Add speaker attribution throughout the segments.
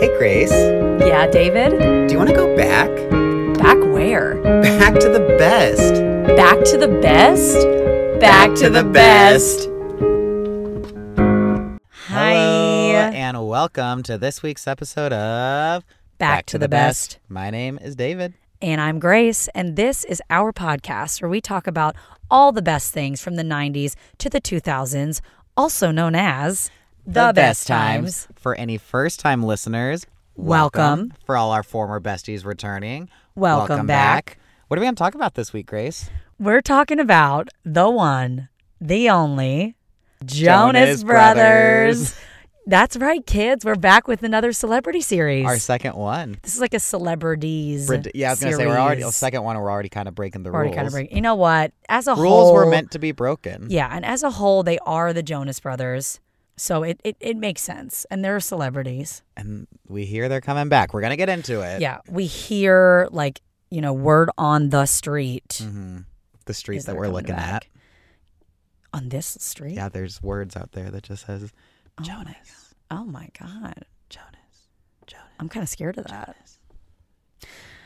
Speaker 1: Hey, Grace, do
Speaker 2: Yeah, David?
Speaker 1: you want to go back?
Speaker 2: Back where?
Speaker 1: Back to the best.
Speaker 2: Back to the best? Back, Hi.
Speaker 1: Hello, and welcome to this week's episode of
Speaker 2: Back, to, the, best.
Speaker 1: My name is David.
Speaker 2: And I'm Grace, and this is our podcast where we talk about all the best things from the 90s to the 2000s, also known as
Speaker 1: For any first time listeners,
Speaker 2: Welcome.
Speaker 1: For all our former besties returning,
Speaker 2: Welcome back.
Speaker 1: What are we going to talk about this week, Grace?
Speaker 2: We're talking about the one, the only
Speaker 1: Jonas
Speaker 2: Jonas,
Speaker 1: Brothers.
Speaker 2: Brothers. That's right, kids. We're back with another celebrity series.
Speaker 1: Our second one.
Speaker 2: This is like a celebrities.
Speaker 1: Brid- yeah, I was going to say, we're already, the
Speaker 2: series.
Speaker 1: second one, we're already kind of breaking the
Speaker 2: We're already
Speaker 1: rules.
Speaker 2: kind of breaking. You know what? As a
Speaker 1: rules
Speaker 2: whole,
Speaker 1: were meant to be broken.
Speaker 2: Yeah, and as a whole, they are the Jonas Brothers, so it it, it makes sense, and they're celebrities.
Speaker 1: and we hear they're coming back. We're gonna get into it.
Speaker 2: Yeah, we hear like you know word on the street
Speaker 1: Mhm. The
Speaker 2: is
Speaker 1: streets that
Speaker 2: they're
Speaker 1: we're
Speaker 2: coming
Speaker 1: looking
Speaker 2: back.
Speaker 1: at.
Speaker 2: on this street.
Speaker 1: Yeah, there's words out there that just says
Speaker 2: Oh my
Speaker 1: Jonas,
Speaker 2: Oh my god,
Speaker 1: Jonas, Jonas.
Speaker 2: I'm kind of scared of that.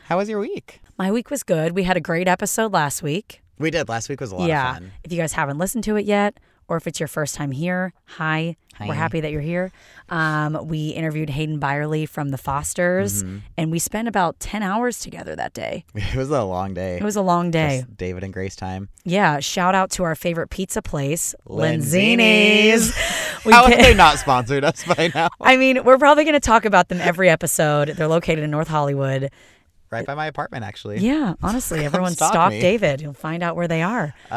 Speaker 1: How was your week?
Speaker 2: My week was good. We had a great episode last week.
Speaker 1: We did. Last week was a lot
Speaker 2: yeah.
Speaker 1: of fun.
Speaker 2: If you guys haven't listened to it yet, or if it's your first time here, hi.
Speaker 1: Hi.
Speaker 2: We're happy that you're here. Um, we interviewed Hayden Byerly from The Fosters,
Speaker 1: Mm-hmm.
Speaker 2: and we spent about 10 hours together that day.
Speaker 1: It was a long day.
Speaker 2: It was a long day.
Speaker 1: Just David and Grace time.
Speaker 2: Yeah. Shout out to our favorite pizza place,
Speaker 1: Lenzini's.
Speaker 2: Lenzini's. We
Speaker 1: How have
Speaker 2: did-
Speaker 1: they Oh, not sponsored us by now?
Speaker 2: I mean, we're probably going to talk about them every episode. They're located in North Hollywood.
Speaker 1: Right by my apartment, actually.
Speaker 2: Yeah, honestly, everyone
Speaker 1: stalk
Speaker 2: stalk,
Speaker 1: me.
Speaker 2: David. You'll find out where they are.
Speaker 1: Uh,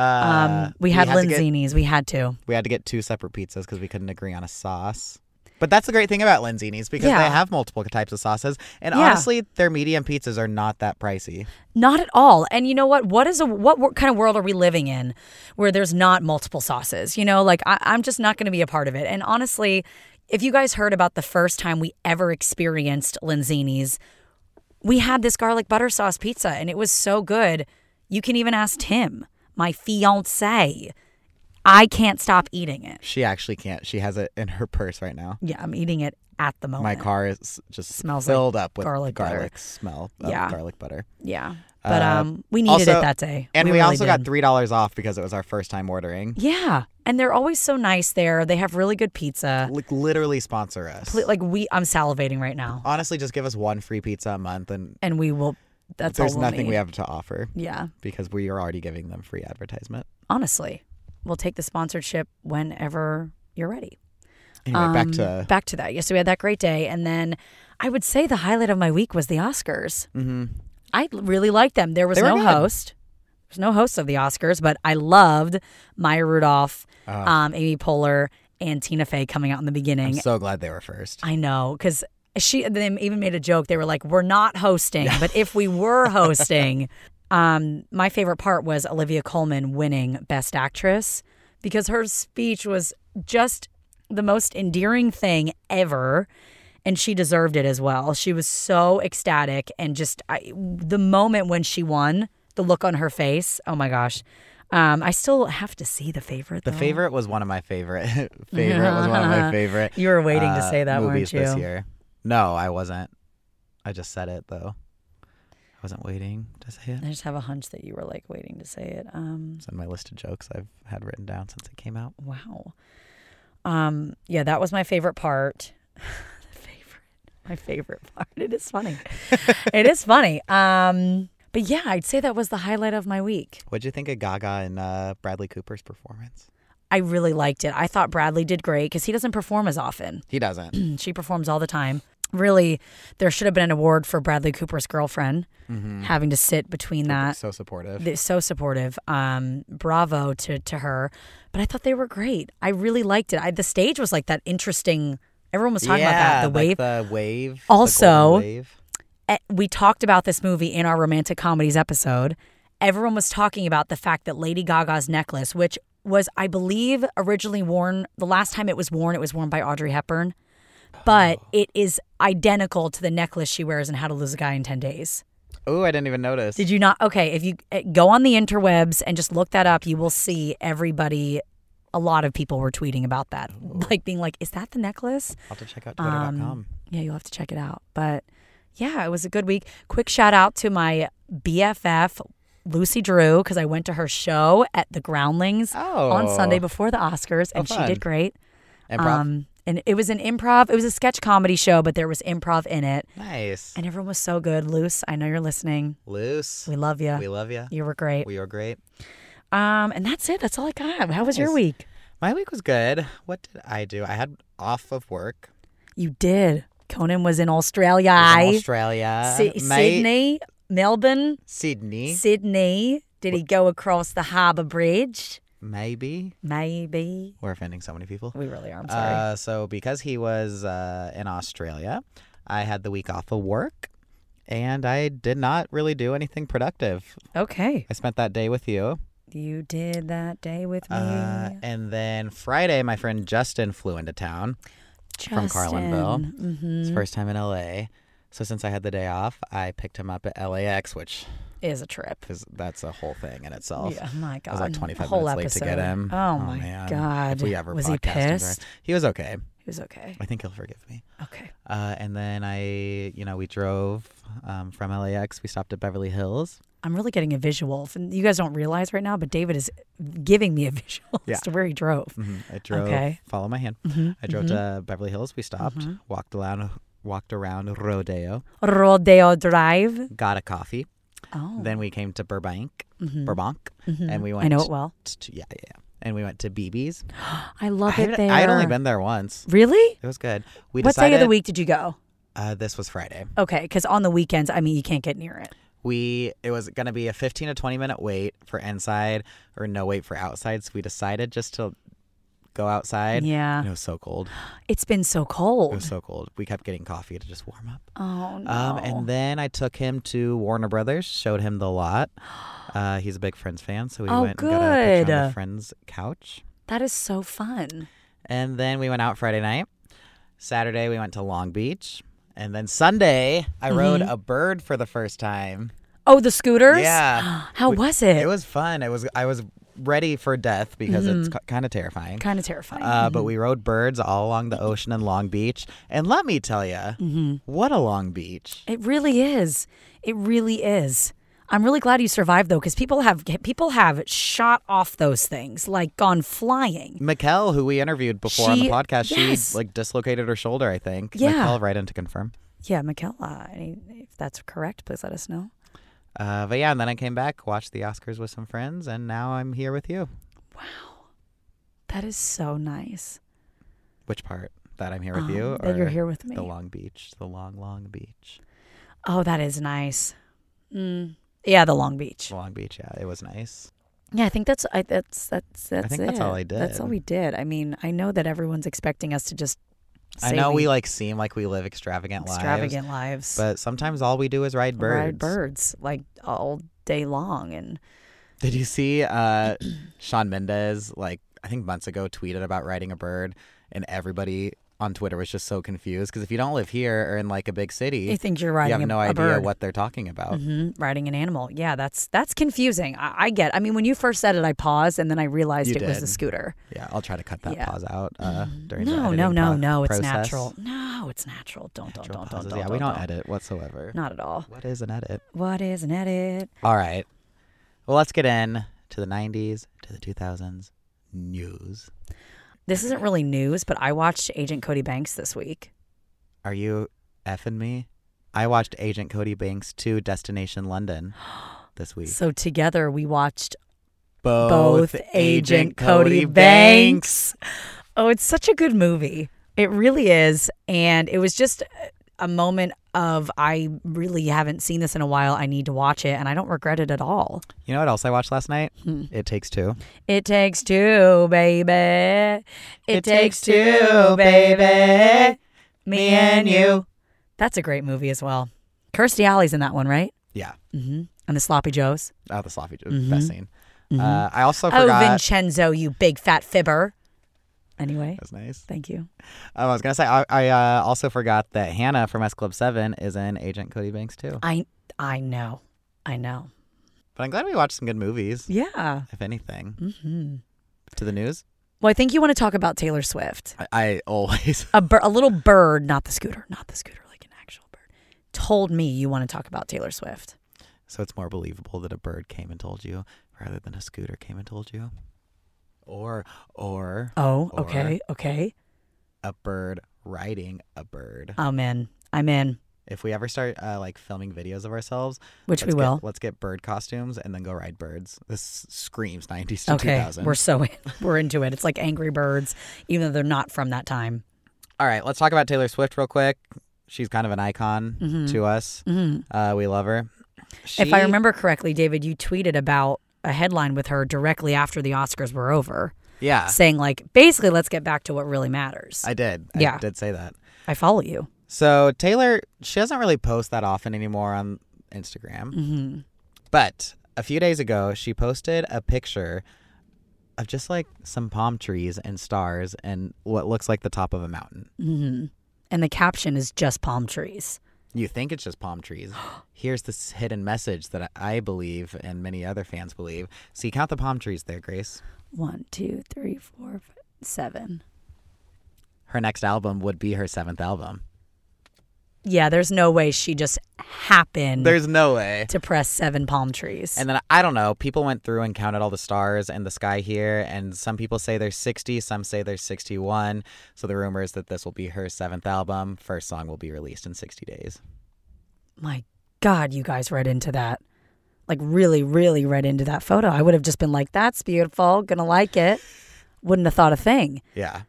Speaker 2: um, we had
Speaker 1: to get-
Speaker 2: Lenzini's. we had to.
Speaker 1: we had to get two separate pizzas because we couldn't agree on a sauce. But that's the great thing about Lenzini's because
Speaker 2: Yeah.
Speaker 1: they have multiple types of sauces, and
Speaker 2: Yeah.
Speaker 1: honestly, their medium pizzas are not that pricey.
Speaker 2: Not at all. And you know what? What is a what wor- kind of world are we living in where there's not multiple sauces? You know, like I, I'm just not going to be a part of it. And honestly, if you guys heard about the first time we ever experienced Lenzini's, we had this garlic butter sauce pizza, and it was so good. You can even ask Tim, my fiance. I can't stop eating it.
Speaker 1: She actually can't. She has it in her purse right now.
Speaker 2: Yeah, I'm eating it at the moment.
Speaker 1: My car is just
Speaker 2: Smells like
Speaker 1: filled up with garlic,
Speaker 2: garlic butter.
Speaker 1: smell of
Speaker 2: Yeah.
Speaker 1: garlic butter.
Speaker 2: yeah, but
Speaker 1: Uh,
Speaker 2: um, we needed
Speaker 1: also-
Speaker 2: it that day,
Speaker 1: And we,
Speaker 2: really
Speaker 1: also got
Speaker 2: did.
Speaker 1: $3 off because it was our first time ordering.
Speaker 2: Yeah. And they're always so nice there. They have really good pizza.
Speaker 1: Like literally sponsor us.
Speaker 2: Pl- Like we I'm salivating right now.
Speaker 1: Honestly, just give us one free pizza a month and
Speaker 2: And we will that's
Speaker 1: there's
Speaker 2: all we'll
Speaker 1: nothing
Speaker 2: need.
Speaker 1: we have to offer
Speaker 2: Yeah.
Speaker 1: because we are already giving them free advertisement.
Speaker 2: Honestly. We'll take the sponsorship whenever you're ready.
Speaker 1: Anyway, back
Speaker 2: Um,
Speaker 1: to
Speaker 2: back to that. Yes, so we had that great day and then I would say the highlight of my week was the Oscars.
Speaker 1: Mhm.
Speaker 2: I really liked them. There was
Speaker 1: They were
Speaker 2: no
Speaker 1: good.
Speaker 2: host. There's no host of the Oscars, but I loved Maya Rudolph,
Speaker 1: Ah.
Speaker 2: um, Amy Poehler, and Tina Fey coming out in the
Speaker 1: I'm
Speaker 2: beginning.
Speaker 1: so glad they were first.
Speaker 2: I know because she they even made a joke. They were like, "We're not hosting, but if we were hosting." um, my favorite part was Olivia Colman winning Best Actress because her speech was just the most endearing thing ever. And she deserved it as well. She was so ecstatic and just I, the moment when she won, the look on her face. Oh my gosh! Um, I still have to see the favorite.
Speaker 1: The
Speaker 2: though.
Speaker 1: favorite was one of my favorite. favorite was one of my favorite.
Speaker 2: You were waiting to
Speaker 1: uh,
Speaker 2: say that,
Speaker 1: movies
Speaker 2: weren't you?
Speaker 1: This year. No, I wasn't. I just said it though. I wasn't waiting to say it.
Speaker 2: I just have a hunch that you were like waiting to say it. Um,
Speaker 1: It's on my list of jokes I've had written down since it came out.
Speaker 2: wow. Um, yeah, that was my favorite part. the favorite, my favorite part. It is funny. it is funny. Um, but yeah, I'd say that was the highlight of my week.
Speaker 1: What'd you think of Gaga and uh, Bradley Cooper's performance?
Speaker 2: I really liked it. I thought Bradley did great because he doesn't perform as often. Mm,
Speaker 1: He doesn't.
Speaker 2: She performs all the time. Really, there should have been an award for Bradley Cooper's girlfriend having to sit between that.
Speaker 1: so supportive.
Speaker 2: They're so supportive. Um, bravo to to her. But I thought they were great. I really liked it. I, the stage was like that interesting. Everyone was talking about that. The
Speaker 1: like
Speaker 2: wave.
Speaker 1: The wave. the
Speaker 2: Also-
Speaker 1: golden wave.
Speaker 2: Eh, we talked about this movie in our romantic comedies episode. Everyone was talking about the fact that Lady Gaga's necklace, which was I believe originally worn the last time it was worn, it was worn by Audrey Hepburn, but it is identical to the necklace she wears in How to Lose a Guy in Ten Days.
Speaker 1: Oh, I didn't even notice.
Speaker 2: Did eh, you not? Okay, if you uh, go on the interwebs and just look that up, you will see everybody a lot of people were tweeting about that, like being like, "Is that the necklace?"
Speaker 1: I'll have to check out
Speaker 2: Um,
Speaker 1: twitter.com.
Speaker 2: Yeah, you'll have to check it out. But yeah, it was a good week. Quick shout out to my BFF Lucy Drew because I went to her show at the Groundlings
Speaker 1: oh.
Speaker 2: on Sunday before the Oscars,
Speaker 1: Oh,
Speaker 2: and she
Speaker 1: fun.
Speaker 2: did great.
Speaker 1: Improv.
Speaker 2: Um, and it was an improv. It was a sketch comedy show, but there was improv in it,
Speaker 1: nice.
Speaker 2: and everyone was so good. Luce, I know you're listening.
Speaker 1: Loose.
Speaker 2: We uh, love you.
Speaker 1: We love you.
Speaker 2: You were great.
Speaker 1: We are great.
Speaker 2: Um, and that's it. That's all I got. How was your
Speaker 1: Nice.
Speaker 2: week?
Speaker 1: My week was good. What did I do? I had off of work.
Speaker 2: You did. Conan was in Australia.
Speaker 1: I was in Australia.
Speaker 2: Si-
Speaker 1: mate.
Speaker 2: Sydney, Melbourne,
Speaker 1: Sydney.
Speaker 2: Sydney. Did he go across the harbour bridge?
Speaker 1: maybe.
Speaker 2: Maybe.
Speaker 1: We're offending so many people.
Speaker 2: We really are. I'm sorry.
Speaker 1: Uh, so because he was uh, in Australia, I had the week off of work, and I did not really do anything productive.
Speaker 2: okay.
Speaker 1: I spent that day with you,
Speaker 2: You did that day with me.
Speaker 1: uh, and then Friday, my friend Justin flew into town. from Carlinville.
Speaker 2: Mm-hmm.
Speaker 1: It's first time in LA. So since I had the day off, I picked him up at LAX, which
Speaker 2: Is a trip.
Speaker 1: is that's a whole thing in itself.
Speaker 2: Yeah, my
Speaker 1: I
Speaker 2: God.
Speaker 1: Oh, was like 25
Speaker 2: A whole
Speaker 1: minutes
Speaker 2: episode.
Speaker 1: late to get him.
Speaker 2: Oh, my
Speaker 1: man.
Speaker 2: God.
Speaker 1: If we ever
Speaker 2: was he
Speaker 1: podcast him during-
Speaker 2: pissed?
Speaker 1: He was okay.
Speaker 2: He was okay.
Speaker 1: I think he'll forgive me.
Speaker 2: Okay.
Speaker 1: Uh, and then I, you know, we drove um, from LAX. We stopped at Beverly Hills.
Speaker 2: I'm really getting a visual. If- You guys don't realize right now, but David is giving me a visual
Speaker 1: Yeah.
Speaker 2: as to where he drove.
Speaker 1: Mhm. I drove.
Speaker 2: Okay.
Speaker 1: Follow my hand. I drove to Beverly Hills. We stopped, walked around, walked around Rodeo,
Speaker 2: Rodeo Drive.
Speaker 1: got a coffee.
Speaker 2: Oh,
Speaker 1: Then we came to Burbank, Burbank, and we went.
Speaker 2: I know it well.
Speaker 1: To, yeah, yeah, yeah. And we went to BB's.
Speaker 2: I love
Speaker 1: I
Speaker 2: it
Speaker 1: had,
Speaker 2: there.
Speaker 1: I had only been there once.
Speaker 2: Really?
Speaker 1: It was good. We
Speaker 2: What
Speaker 1: decided,
Speaker 2: day of the week did you go?
Speaker 1: Uh, this was Friday.
Speaker 2: Okay, because on the weekends, I mean, you can't get near it.
Speaker 1: We it was gonna be a fifteen to twenty minute wait for inside or no wait for outside. So we decided just to go outside.
Speaker 2: Yeah.
Speaker 1: And it was so cold.
Speaker 2: It's been so
Speaker 1: It was
Speaker 2: cold.
Speaker 1: so cold. We kept getting coffee to just warm up.
Speaker 2: Oh no.
Speaker 1: Um, and then I took him to Warner Brothers, showed him the lot. Uh, he's a big Friends fan, so we
Speaker 2: Oh,
Speaker 1: went and got a picture on
Speaker 2: good.
Speaker 1: the Friends couch.
Speaker 2: that is so fun.
Speaker 1: And then we went out Friday night. Saturday we went to Long Beach. And then Sunday I
Speaker 2: Mm-hmm.
Speaker 1: rode a bird for the first time.
Speaker 2: Oh, the scooters.
Speaker 1: Yeah.
Speaker 2: How was it?
Speaker 1: It was fun. It was I was ready for death because it's kind of terrifying.
Speaker 2: kind of Mm-hmm. terrifying.
Speaker 1: Uh, but we rode birds all along the ocean in Long Beach, and let me tell you,
Speaker 2: Mm-hmm.
Speaker 1: what a Long Beach!
Speaker 2: it really is. It really is. I'm really glad you survived though, because people have people have shot off those things, like gone flying.
Speaker 1: Mikkel, who we interviewed before on the
Speaker 2: She-
Speaker 1: podcast,
Speaker 2: yes.
Speaker 1: she like dislocated her shoulder, I think.
Speaker 2: Yeah.
Speaker 1: Mikkel, right in to confirm.
Speaker 2: Yeah, Michaela, if that's correct, please let us know.
Speaker 1: Uh, but yeah, and then I came back, watched the Oscars with some friends, and now I'm here with you.
Speaker 2: That is so nice
Speaker 1: Which part? That I'm here with
Speaker 2: um,
Speaker 1: you?
Speaker 2: that you're
Speaker 1: or
Speaker 2: here with me.
Speaker 1: The Long Beach, the long, long beach.
Speaker 2: Oh, that is nice. Mm. Yeah, the Long Beach.
Speaker 1: The Long Beach, yeah, it was nice.
Speaker 2: Yeah, I think that's I, that's that's that's
Speaker 1: think
Speaker 2: it.
Speaker 1: that's all I
Speaker 2: That's all
Speaker 1: did.
Speaker 2: we did. I mean, I know that everyone's expecting us to just.
Speaker 1: I
Speaker 2: say
Speaker 1: know we like seem like we live extravagant, lives.
Speaker 2: extravagant lives,
Speaker 1: But sometimes all we do is ride birds.
Speaker 2: ride birds like all day long, and
Speaker 1: Did you see uh, Sean Mendez, like, I think months ago, tweeted about riding a bird, and everybody on Twitter was just so confused because if you don't live here or in like a big
Speaker 2: you
Speaker 1: city,
Speaker 2: think you're
Speaker 1: you
Speaker 2: riding
Speaker 1: have
Speaker 2: a,
Speaker 1: no
Speaker 2: a
Speaker 1: idea
Speaker 2: bird.
Speaker 1: what they're talking about.
Speaker 2: hmm Riding an animal, yeah, that's that's confusing. I, I get. I mean, when you first said it, I paused, and then I realized
Speaker 1: You
Speaker 2: it was the
Speaker 1: did.
Speaker 2: scooter.
Speaker 1: Yeah, I'll try to cut that
Speaker 2: Yeah. Mm-hmm.
Speaker 1: pause out uh, during the
Speaker 2: No, no,
Speaker 1: editing
Speaker 2: no,
Speaker 1: pro-
Speaker 2: no. It's
Speaker 1: process.
Speaker 2: natural. No, it's natural. Don't, don't,
Speaker 1: Natural
Speaker 2: don't, don't,
Speaker 1: pauses.
Speaker 2: don't.
Speaker 1: yeah, we don't,
Speaker 2: don't.
Speaker 1: edit whatsoever.
Speaker 2: Not at all.
Speaker 1: What is an edit?
Speaker 2: What is an edit?
Speaker 1: All right. Well, let's get in to the 90s, to the 2000s news.
Speaker 2: This isn't really news, but I watched Agent Cody Banks this week.
Speaker 1: Are you effing me? I watched Agent Cody Banks 2 Destination London this week.
Speaker 2: So together we watched
Speaker 1: Both,
Speaker 2: both Agent Cody Banks. Oh, it's such a good movie. It really is. And it was just a moment of I really haven't seen this in a while. I need to watch it and I don't regret it at all.
Speaker 1: You know what else I watched last night?
Speaker 2: Hmm.
Speaker 1: It Takes Two.
Speaker 2: It takes two, baby. It,
Speaker 1: takes
Speaker 2: takes two,
Speaker 1: two,
Speaker 2: baby.
Speaker 1: baby.
Speaker 2: Me and you. That's a great movie as well. Kirstie Alley's in that one, right?
Speaker 1: Yeah.
Speaker 2: Mm-hmm. And the Sloppy Joes.
Speaker 1: Oh, the sloppy joe best scene. Uh, I also
Speaker 2: Mm-hmm. Oh,
Speaker 1: forgot.
Speaker 2: Vincenzo, you big fat fibber. Anyway,
Speaker 1: That's nice.
Speaker 2: thank you.
Speaker 1: Um, I was gonna say I, I uh, also forgot that Hannah from S Club Seven is in Agent Cody Banks too.
Speaker 2: I I know. I know.
Speaker 1: But I'm glad we watched some good movies,
Speaker 2: Yeah.
Speaker 1: if anything.
Speaker 2: hmm
Speaker 1: To the news.
Speaker 2: Well, I think you want to talk about Taylor Swift.
Speaker 1: I, I always.
Speaker 2: A, bir- a little bird, not the scooter, not the scooter, like an actual bird, told me you want to talk about Taylor Swift.
Speaker 1: So it's more believable that a bird came and told you rather than a scooter came and told you. Or, or
Speaker 2: Oh,
Speaker 1: Or-
Speaker 2: okay, okay.
Speaker 1: a bird riding a bird.
Speaker 2: I'm in. I'm in,
Speaker 1: If we ever start uh, like filming videos of ourselves,
Speaker 2: which
Speaker 1: let's
Speaker 2: we
Speaker 1: get-
Speaker 2: will.
Speaker 1: Let's get bird costumes and then go ride birds. This screams 90s to
Speaker 2: Okay,
Speaker 1: 2000.
Speaker 2: we're so in. We're into it. It's like Angry Birds, even though they're not from that time.
Speaker 1: All right, let's talk about Taylor Swift real quick. She's kind of an icon
Speaker 2: Mhm.
Speaker 1: to us.
Speaker 2: Mhm.
Speaker 1: Uh, we love her.
Speaker 2: If I
Speaker 1: She-
Speaker 2: remember correctly, David, you tweeted about a headline with her directly after the Oscars were over,
Speaker 1: yeah,
Speaker 2: saying like, basically, let's get back to what really matters. I,
Speaker 1: Ah. I did.
Speaker 2: Yeah.
Speaker 1: I did say that.
Speaker 2: follow you.
Speaker 1: So Taylor, she doesn't really post that often anymore on Instagram.
Speaker 2: hmm
Speaker 1: But a few days ago, she posted a picture of just like some palm trees and stars and what looks like the top of a mountain.
Speaker 2: hmm And the caption is just palm trees.
Speaker 1: You think it's just palm trees. Here's this hidden message that I believe and many other fans believe. See, count the palm trees there, Grace.
Speaker 2: One, two, three, four, five, seven.
Speaker 1: Her next album would be her seventh album.
Speaker 2: Yeah, there's no way she just happened
Speaker 1: There's no way.
Speaker 2: to press seven palm trees.
Speaker 1: And then I don't know, people went through and counted all the stars and the sky here, and some people say there's 60, some say there's 61. So the rumor is that this will be her seventh album. First song will be released in 60 days.
Speaker 2: My God, you guys read into that. Like, really, really read into that photo. I would have just been like, that's beautiful. Gonna like it. Wouldn't have thought a thing.
Speaker 1: Yeah.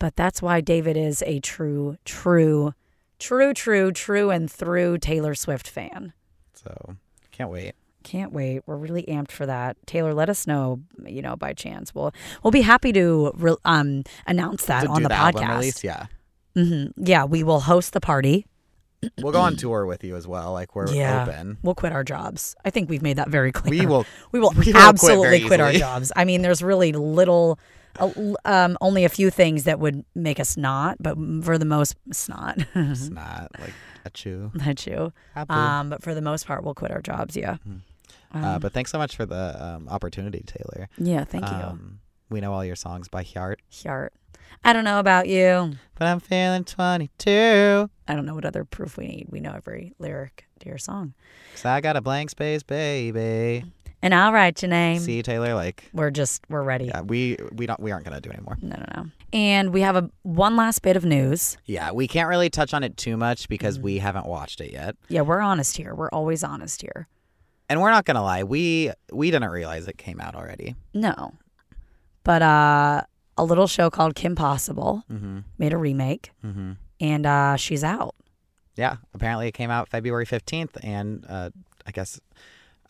Speaker 2: But that's why David is a true, true, true, true, true, and through Taylor Swift fan.
Speaker 1: So can't wait.
Speaker 2: Can't wait. We're really amped for that. Taylor, let us know, you know, by chance. We'll we'll be happy to re- um announce that
Speaker 1: To
Speaker 2: on
Speaker 1: do
Speaker 2: the,
Speaker 1: the album
Speaker 2: podcast.
Speaker 1: release, yeah.
Speaker 2: hmm Yeah, we will host the party.
Speaker 1: We'll go on tour with you as well. Like we're
Speaker 2: Yeah.
Speaker 1: open.
Speaker 2: We'll quit our jobs. I think we've made that very clear.
Speaker 1: We will
Speaker 2: We will
Speaker 1: We will quit
Speaker 2: absolutely
Speaker 1: very
Speaker 2: quit, our
Speaker 1: easily.
Speaker 2: jobs. I mean, there's really little, uh, um, only a few things that would make us not, but for the most, it's not.
Speaker 1: it's not like a chew.
Speaker 2: not you.
Speaker 1: Happy.
Speaker 2: Um, but for the most part, we'll quit our jobs. Yeah. Um,
Speaker 1: uh, but thanks so much for the um, opportunity, Taylor.
Speaker 2: yeah, thank you.
Speaker 1: Um, we know all your songs by heart,
Speaker 2: Heart. I don't know about you.
Speaker 1: but I'm feeling 22.
Speaker 2: I don't know what other proof we need. We know every lyric to your song.
Speaker 1: Cause I got a blank space, baby.
Speaker 2: And I'll write your name.
Speaker 1: See Taylor, like
Speaker 2: We're just, we're ready.
Speaker 1: yeah, we we don't we aren't gonna do anymore.
Speaker 2: No, no, no. And we have a one last bit of news.
Speaker 1: Yeah, we can't really touch on it too much because we
Speaker 2: Mm.
Speaker 1: haven't watched it yet,
Speaker 2: Yeah, we're honest here. We're always honest here.
Speaker 1: and we're not gonna lie. We we didn't realize it came out already.
Speaker 2: No. But uh, a little show called Kim Possible
Speaker 1: Mm-hmm.
Speaker 2: made a remake,
Speaker 1: Mm-hmm.
Speaker 2: and uh, she's out.
Speaker 1: Yeah, apparently it came out February 15th, and uh, I guess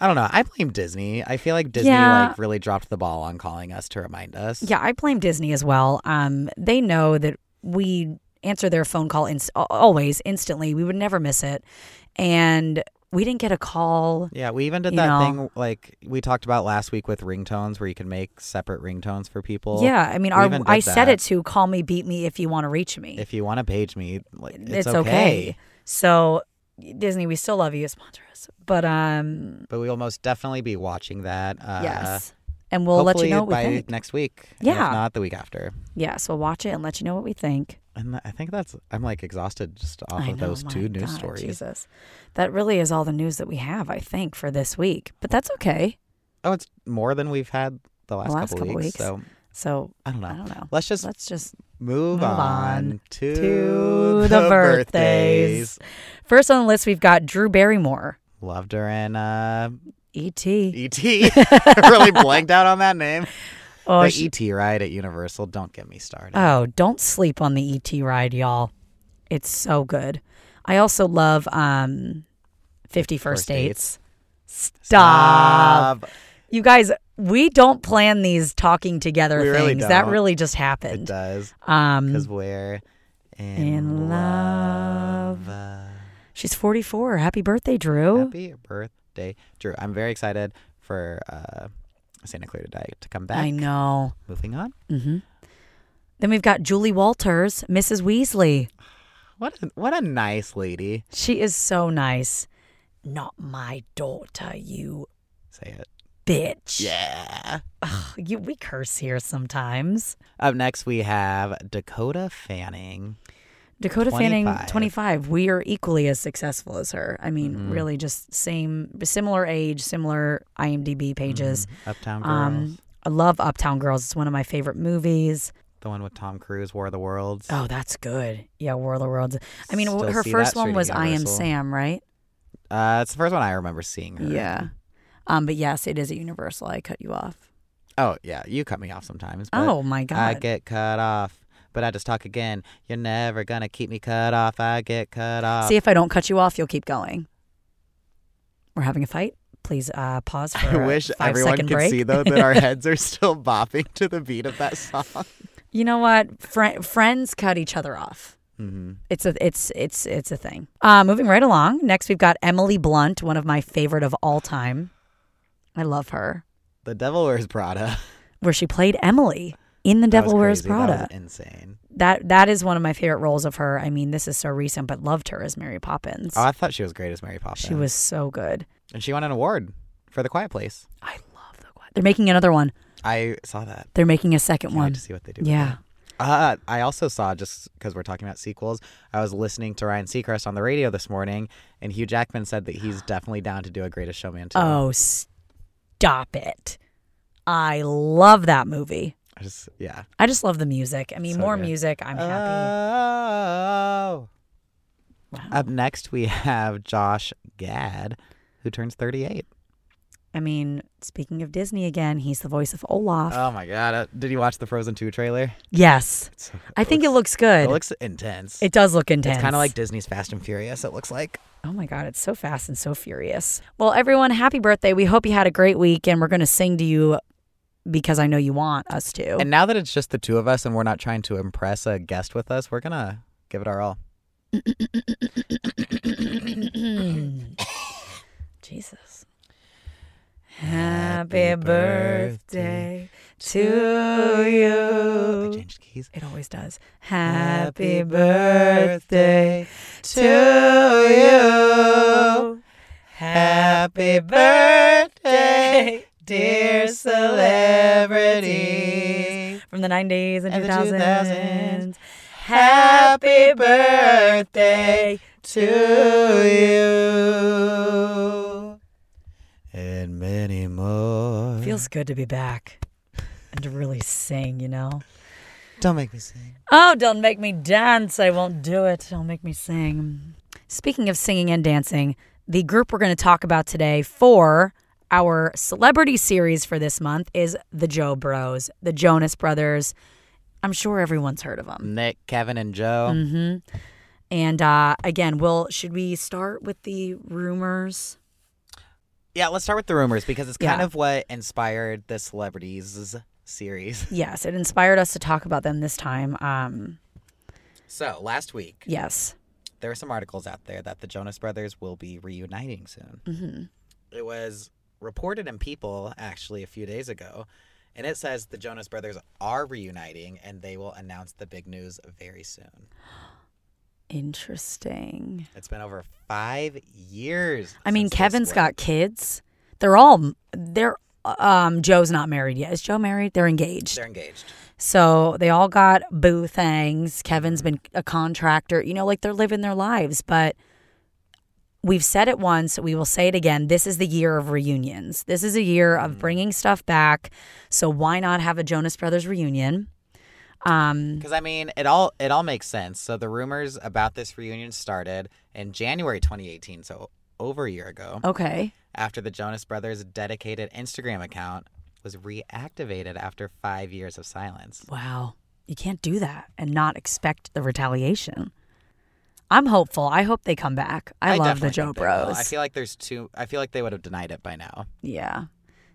Speaker 1: I don't know. I blame Disney. I feel like Disney
Speaker 2: Yeah.
Speaker 1: like really dropped the ball on calling us to remind us.
Speaker 2: Yeah, I blame Disney as well. Um, they know that we answer their phone call inst- al- always instantly. We would never miss it, and we didn't get a call.
Speaker 1: Yeah, we even did
Speaker 2: You
Speaker 1: that
Speaker 2: know.
Speaker 1: thing like we talked about last week with ringtones, where you can make separate ringtones for people.
Speaker 2: yeah, I mean,
Speaker 1: we
Speaker 2: our,
Speaker 1: even did
Speaker 2: I said
Speaker 1: that.
Speaker 2: it to call me, beat me if you want to reach me.
Speaker 1: If you want to page me, like it's,
Speaker 2: it's
Speaker 1: okay.
Speaker 2: okay. So Disney, we still love you, sponsor us, but um,
Speaker 1: But we will most definitely be watching that. Uh,
Speaker 2: yes, and we'll let you
Speaker 1: hopefully
Speaker 2: know what we
Speaker 1: by
Speaker 2: think.
Speaker 1: next week. and
Speaker 2: Yeah.
Speaker 1: if not the week after.
Speaker 2: Yeah, so watch it and let you know what we think.
Speaker 1: And th- I think that's I'm like exhausted just off
Speaker 2: I
Speaker 1: of
Speaker 2: know,
Speaker 1: those
Speaker 2: my
Speaker 1: two news
Speaker 2: God,
Speaker 1: stories.
Speaker 2: Jesus. That really is all the news that we have, I think, for this week. But that's okay.
Speaker 1: Oh, it's more than we've had the last,
Speaker 2: last couple weeks.
Speaker 1: So
Speaker 2: So
Speaker 1: I don't know.
Speaker 2: I don't know.
Speaker 1: Let's just
Speaker 2: Let's just
Speaker 1: move,
Speaker 2: move
Speaker 1: on,
Speaker 2: on
Speaker 1: to,
Speaker 2: do
Speaker 1: the,
Speaker 2: the
Speaker 1: birthdays.
Speaker 2: birthdays. First on the list, we've got Drew Barrymore, E
Speaker 1: Loved her in uh,
Speaker 2: E.T.
Speaker 1: E.T. really blanked out on that name.
Speaker 2: Oh,
Speaker 1: the
Speaker 2: she-
Speaker 1: E.T. ride at Universal. Don't get me started.
Speaker 2: oh, don't sleep on the E.T. ride, y'all. It's so good. I also love um, 50 First,
Speaker 1: First Dates.
Speaker 2: Dates. Stop. You guys, we don't plan these talking together
Speaker 1: We
Speaker 2: things.
Speaker 1: really
Speaker 2: That
Speaker 1: don't.
Speaker 2: really just
Speaker 1: It
Speaker 2: happened.
Speaker 1: does
Speaker 2: Um,
Speaker 1: because we're in,
Speaker 2: in love.
Speaker 1: love.
Speaker 2: she's 44. Happy birthday, Drew.
Speaker 1: Happy birthday, Drew! I'm very excited for uh, Santa Clarita Diet to come back.
Speaker 2: I know.
Speaker 1: Moving on.
Speaker 2: hmm Then we've got Julie Walters, Mrs. Weasley.
Speaker 1: What a, what a nice lady.
Speaker 2: She is so nice. Not my daughter, you
Speaker 1: Say it.
Speaker 2: bitch.
Speaker 1: Yeah.
Speaker 2: Ugh, you, we curse here sometimes.
Speaker 1: Up next, we have Dakota Fanning.
Speaker 2: Dakota Fanning,
Speaker 1: 25.
Speaker 2: 25. We are equally as successful as her. I mean,
Speaker 1: Mhm.
Speaker 2: really just same, similar age, similar IMDb pages.
Speaker 1: Mhm. Uptown Girls.
Speaker 2: Um, I love Uptown Girls. It's one of my favorite movies.
Speaker 1: the one with Tom Cruise, War of the Worlds.
Speaker 2: Oh, that's good. Yeah, War of the Worlds. I mean,
Speaker 1: Still
Speaker 2: her
Speaker 1: see
Speaker 2: first
Speaker 1: that
Speaker 2: one
Speaker 1: shooting
Speaker 2: was I Am
Speaker 1: Universal.
Speaker 2: Sam, right?
Speaker 1: Uh, it's the first one I remember seeing her. in.
Speaker 2: Yeah. Um, but yes, it is at Universal. I cut you off.
Speaker 1: Oh, yeah. You cut me off sometimes. But
Speaker 2: oh my
Speaker 1: I
Speaker 2: God.
Speaker 1: get cut off. But I just talk again. You're never going to keep me cut off. I get cut off.
Speaker 2: See if I don't cut you off, you'll keep going. We're having a fight. Please uh, pause for
Speaker 1: I
Speaker 2: a
Speaker 1: wish
Speaker 2: five
Speaker 1: everyone
Speaker 2: second
Speaker 1: could
Speaker 2: break.
Speaker 1: see, though, that our heads are still bopping to the beat of that song.
Speaker 2: You know what? Fri friends cut each other off.
Speaker 1: hmm
Speaker 2: It's a it's it's it's a thing. Uh, moving right along. Next, we've got Emily Blunt, one of my favorite of all time. I love her.
Speaker 1: The Devil Wears Prada.
Speaker 2: Where she played Emily in The Devil
Speaker 1: that was
Speaker 2: Wears
Speaker 1: crazy.
Speaker 2: Prada.
Speaker 1: That was insane.
Speaker 2: that that is one of my favorite roles of her. I mean, this is so recent, but loved her as Mary Poppins.
Speaker 1: Oh, I thought she was great as Mary Poppins.
Speaker 2: she was so good.
Speaker 1: And she won an award for The Quiet Place.
Speaker 2: I love the Quiet. They're making another one.
Speaker 1: I saw that.
Speaker 2: They're making a 2nd
Speaker 1: Can't
Speaker 2: one.
Speaker 1: wait to see what they do. with
Speaker 2: Yeah.
Speaker 1: Uh, I also saw just because we're talking about sequels. I was listening to Ryan Seacrest on the radio this morning, and Hugh Jackman said that he's definitely down to do a Greatest Showman too.
Speaker 2: Oh, stop it! I love that movie.
Speaker 1: I just yeah.
Speaker 2: I just love the music. I mean,
Speaker 1: So
Speaker 2: more
Speaker 1: good.
Speaker 2: music. I'm
Speaker 1: Uh.
Speaker 2: happy.
Speaker 1: Oh.
Speaker 2: Wow.
Speaker 1: Up next, we have Josh Gad, who turns 38.
Speaker 2: I mean, speaking of Disney again, he's the voice of Olaf.
Speaker 1: Oh my God! Uh, did you watch the Frozen 2 trailer?
Speaker 2: yes,
Speaker 1: It's so-
Speaker 2: I think it looks
Speaker 1: It
Speaker 2: good.
Speaker 1: looks intense.
Speaker 2: It does look intense.
Speaker 1: it's kind of like Disney's Fast and Furious. It looks like.
Speaker 2: Oh my God, it's so fast and so furious. Well, everyone, happy birthday. We hope you had a great week, and we're going to sing to you because I know you want us to.
Speaker 1: And now that it's just the two of us and we're not trying to impress a guest with us, we're going to give it our all.
Speaker 2: Jesus. Happy birthday to
Speaker 1: I
Speaker 2: you.
Speaker 1: changed keys.
Speaker 2: It always does. Happy birthday
Speaker 1: to you. Happy birthday, dear celebrity.
Speaker 2: From the 90s and,
Speaker 1: And the
Speaker 2: 2000s.
Speaker 1: 2000s. Happy birthday to you. And many more.
Speaker 2: Feels good to be back and to really sing, you know?
Speaker 1: Don't make me sing.
Speaker 2: Oh, don't make me dance. I won't do it. Don't make me sing. Speaking of singing and dancing, the group we're going to talk about today for our celebrity series for this month is the Joe Bros, the Jonas Brothers. I'm sure everyone's heard of them.
Speaker 1: Nick, Kevin, and Joe.
Speaker 2: hmm And uh, again, will should we start with the rumors?
Speaker 1: Yeah, let's start with the rumors because it's kind
Speaker 2: Yeah.
Speaker 1: of what inspired the celebrities series.
Speaker 2: Yes, it inspired us to talk about them this time. Um,
Speaker 1: So last week,
Speaker 2: yes.
Speaker 1: there were some articles out there that the Jonas Brothers will be reuniting soon.
Speaker 2: hmm
Speaker 1: It was reported in People actually a few days ago, and it says the Jonas Brothers are reuniting and they will announce the big news very soon.
Speaker 2: Interesting.
Speaker 1: It's been over five years.
Speaker 2: I mean,
Speaker 1: since they
Speaker 2: Kevin's
Speaker 1: split.
Speaker 2: got kids. They're all they're um Joe's not married yet. Is Joe married? They're engaged.
Speaker 1: They're engaged.
Speaker 2: so they all got boo things. Kevin's been a contractor. You know, like they're living their lives, but we've said it once, we will say it again. This is the year of reunions. This is a year
Speaker 1: Mm.
Speaker 2: of bringing stuff back. So why not have a Jonas Brothers reunion? Um
Speaker 1: Because I mean, it all it all makes sense. So the rumors about this reunion started in January 2018, so over a year ago,
Speaker 2: okay.
Speaker 1: after the Jonas Brothers' dedicated Instagram account was reactivated after five years of silence.
Speaker 2: Wow. You can't do that and not expect the retaliation. I'm hopeful. I hope they come back. I, love the
Speaker 1: definitely
Speaker 2: Joe
Speaker 1: think they will.
Speaker 2: Bros.
Speaker 1: I feel like there's two. I feel like they would have denied it by now.
Speaker 2: yeah.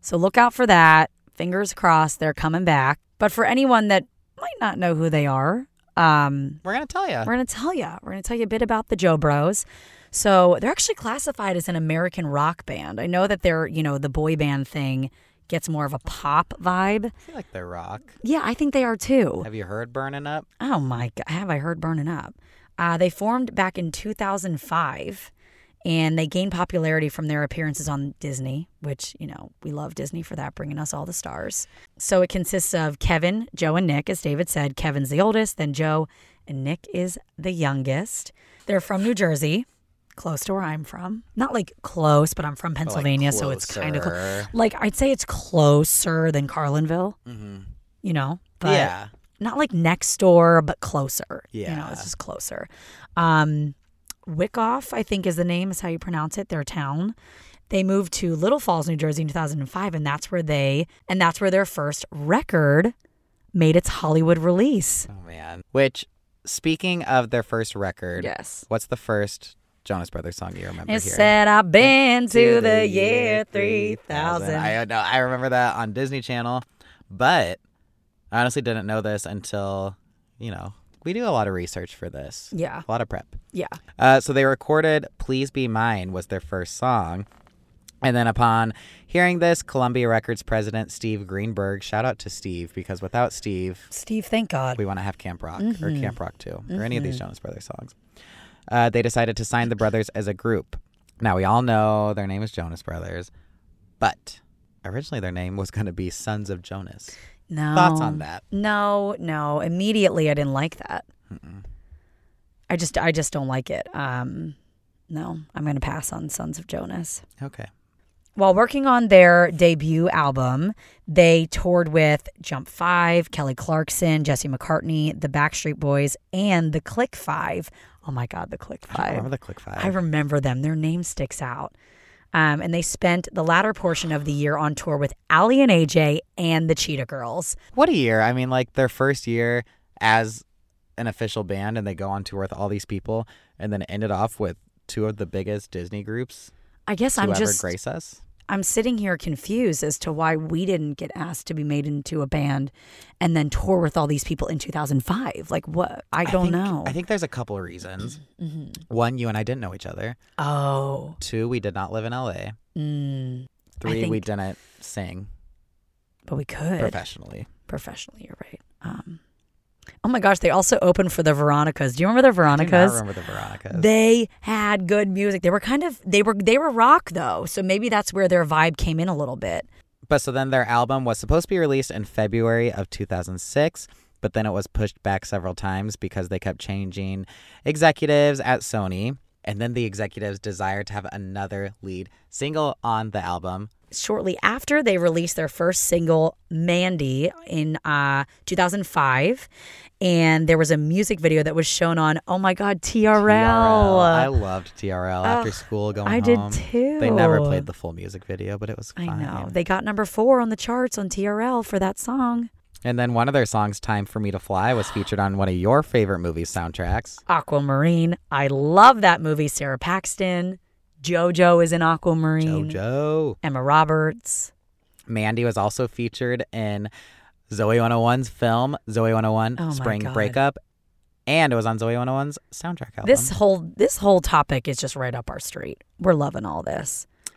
Speaker 2: So look out for that. Fingers crossed they're coming back. But for anyone that might not know who they are, um,
Speaker 1: We're gonna tell you.
Speaker 2: we're going to tell you. We're going to tell you a bit about the Joe Bros. So they're actually classified as an American rock band. I know that they're, you know, the boy band thing gets more of a pop vibe.
Speaker 1: I feel like they're rock.
Speaker 2: Yeah, I think they are too.
Speaker 1: Have you heard "Burning Up"?
Speaker 2: Oh my God, have I heard Burning Up? Uh, they formed back in 2005 and they gained popularity from their appearances on Disney, which, you know, we love Disney for that, bringing us all the stars. So it consists of Kevin, Joe, and Nick. As David said, Kevin's the oldest, then Joe, and Nick is the youngest. They're from New Jersey, close to where I'm from. Not like close, but I'm from Pennsylvania, so it's kind of close.
Speaker 1: Oh, closer.
Speaker 2: Like, I'd say it's closer than Carlinville,
Speaker 1: Mhm.
Speaker 2: you know? But
Speaker 1: yeah.
Speaker 2: not like next door, but closer. You know,
Speaker 1: Yeah.
Speaker 2: it's just closer. Um, Wickoff, I think, is the name, is how you pronounce it, their town. They moved to Little Falls, New Jersey in 2005, and that's where they, and that's where their first record made its Hollywood release.
Speaker 1: Oh man. Which speaking of their first record,
Speaker 2: Yes.
Speaker 1: what's the first Jonas Brothers song you remember
Speaker 2: It
Speaker 1: hearing?
Speaker 2: said, I've been to the year 3000.
Speaker 1: I uh, know. I remember that on Disney Channel, but I honestly didn't know this until, you know, we do a lot of research for this.
Speaker 2: Yeah,
Speaker 1: A lot of prep.
Speaker 2: yeah.
Speaker 1: Uh, so they recorded "Please Be Mine" was their first song, and then upon hearing this, Columbia Records president Steve Greenberg, shout out to Steve because without Steve,
Speaker 2: Steve, thank God.
Speaker 1: we want to have Camp Rock or
Speaker 2: Mm-hmm.
Speaker 1: Camp Rock 2 or any of these Jonas Brothers songs. Uh, they decided to sign the brothers as a group. Now, we all know their name is Jonas Brothers, but originally their name was going to be Sons of Jonas.
Speaker 2: No.
Speaker 1: Thoughts on that?
Speaker 2: No, no. Immediately, I didn't like that. I just, I just don't like it. Um, no, I'm gonna pass on Sons of Jonas.
Speaker 1: Okay.
Speaker 2: While working on their debut album, they toured with Jump Five, Kelly Clarkson, Jesse McCartney, the Backstreet Boys, and the Click Five. Oh my God, the Click
Speaker 1: I
Speaker 2: Five.
Speaker 1: remember the Click Five.
Speaker 2: I remember them. Their name sticks out. Um, and they spent the latter portion of the year on tour with Ali and AJ and the Cheetah Girls.
Speaker 1: what a year. I mean, like their first year as an official band, and they go on tour with all these people, and then ended off with two of the biggest Disney groups
Speaker 2: I guess
Speaker 1: to
Speaker 2: I'm
Speaker 1: ever
Speaker 2: just
Speaker 1: grace us.
Speaker 2: I'm sitting here confused as to why we didn't get asked to be made into a band and then tour with all these people in 2005. Like what? I don't
Speaker 1: think,
Speaker 2: know.
Speaker 1: I think there's a couple of reasons. One, you and I didn't know each other.
Speaker 2: oh.
Speaker 1: Two, we did not live in LA.
Speaker 2: Mm.
Speaker 1: Three, we
Speaker 2: think-
Speaker 1: didn't sing
Speaker 2: But we could
Speaker 1: professionally.
Speaker 2: professionally, you're right. Um Oh my gosh, they also opened for the Veronicas. Do you remember the
Speaker 1: I do not
Speaker 2: Veronicas?
Speaker 1: remember the Veronicas.
Speaker 2: They had good music. They were kind of they were they were rock though. So maybe that's where their vibe came in a little bit.
Speaker 1: but so then their album was supposed to be released in February of 2006, but then it was pushed back several times because they kept changing executives at Sony. And then the executives desired to have another lead single on the album.
Speaker 2: shortly after they released their first single mandy in uh, 2005 and there was a music video that was shown on oh my god trl,
Speaker 1: TRL. I loved TRL after school going
Speaker 2: I did
Speaker 1: home.
Speaker 2: too
Speaker 1: They never played the full music video, but it was
Speaker 2: I
Speaker 1: fine.
Speaker 2: know. They got number four on the charts on TRL for that song.
Speaker 1: And then one of their songs, Time for Me to Fly, was featured on one of your favorite movie soundtracks.
Speaker 2: Aquamarine. I love that movie. Sarah Paxton. JoJo is in Aquamarine.
Speaker 1: JoJo.
Speaker 2: Emma Roberts.
Speaker 1: Mandy was also featured in Zoe 101's film, Zoe 101
Speaker 2: Oh my
Speaker 1: Spring
Speaker 2: God.
Speaker 1: Breakup. And it was on Zoe 101's soundtrack album.
Speaker 2: This whole this whole topic is just right up our street. We're loving all this.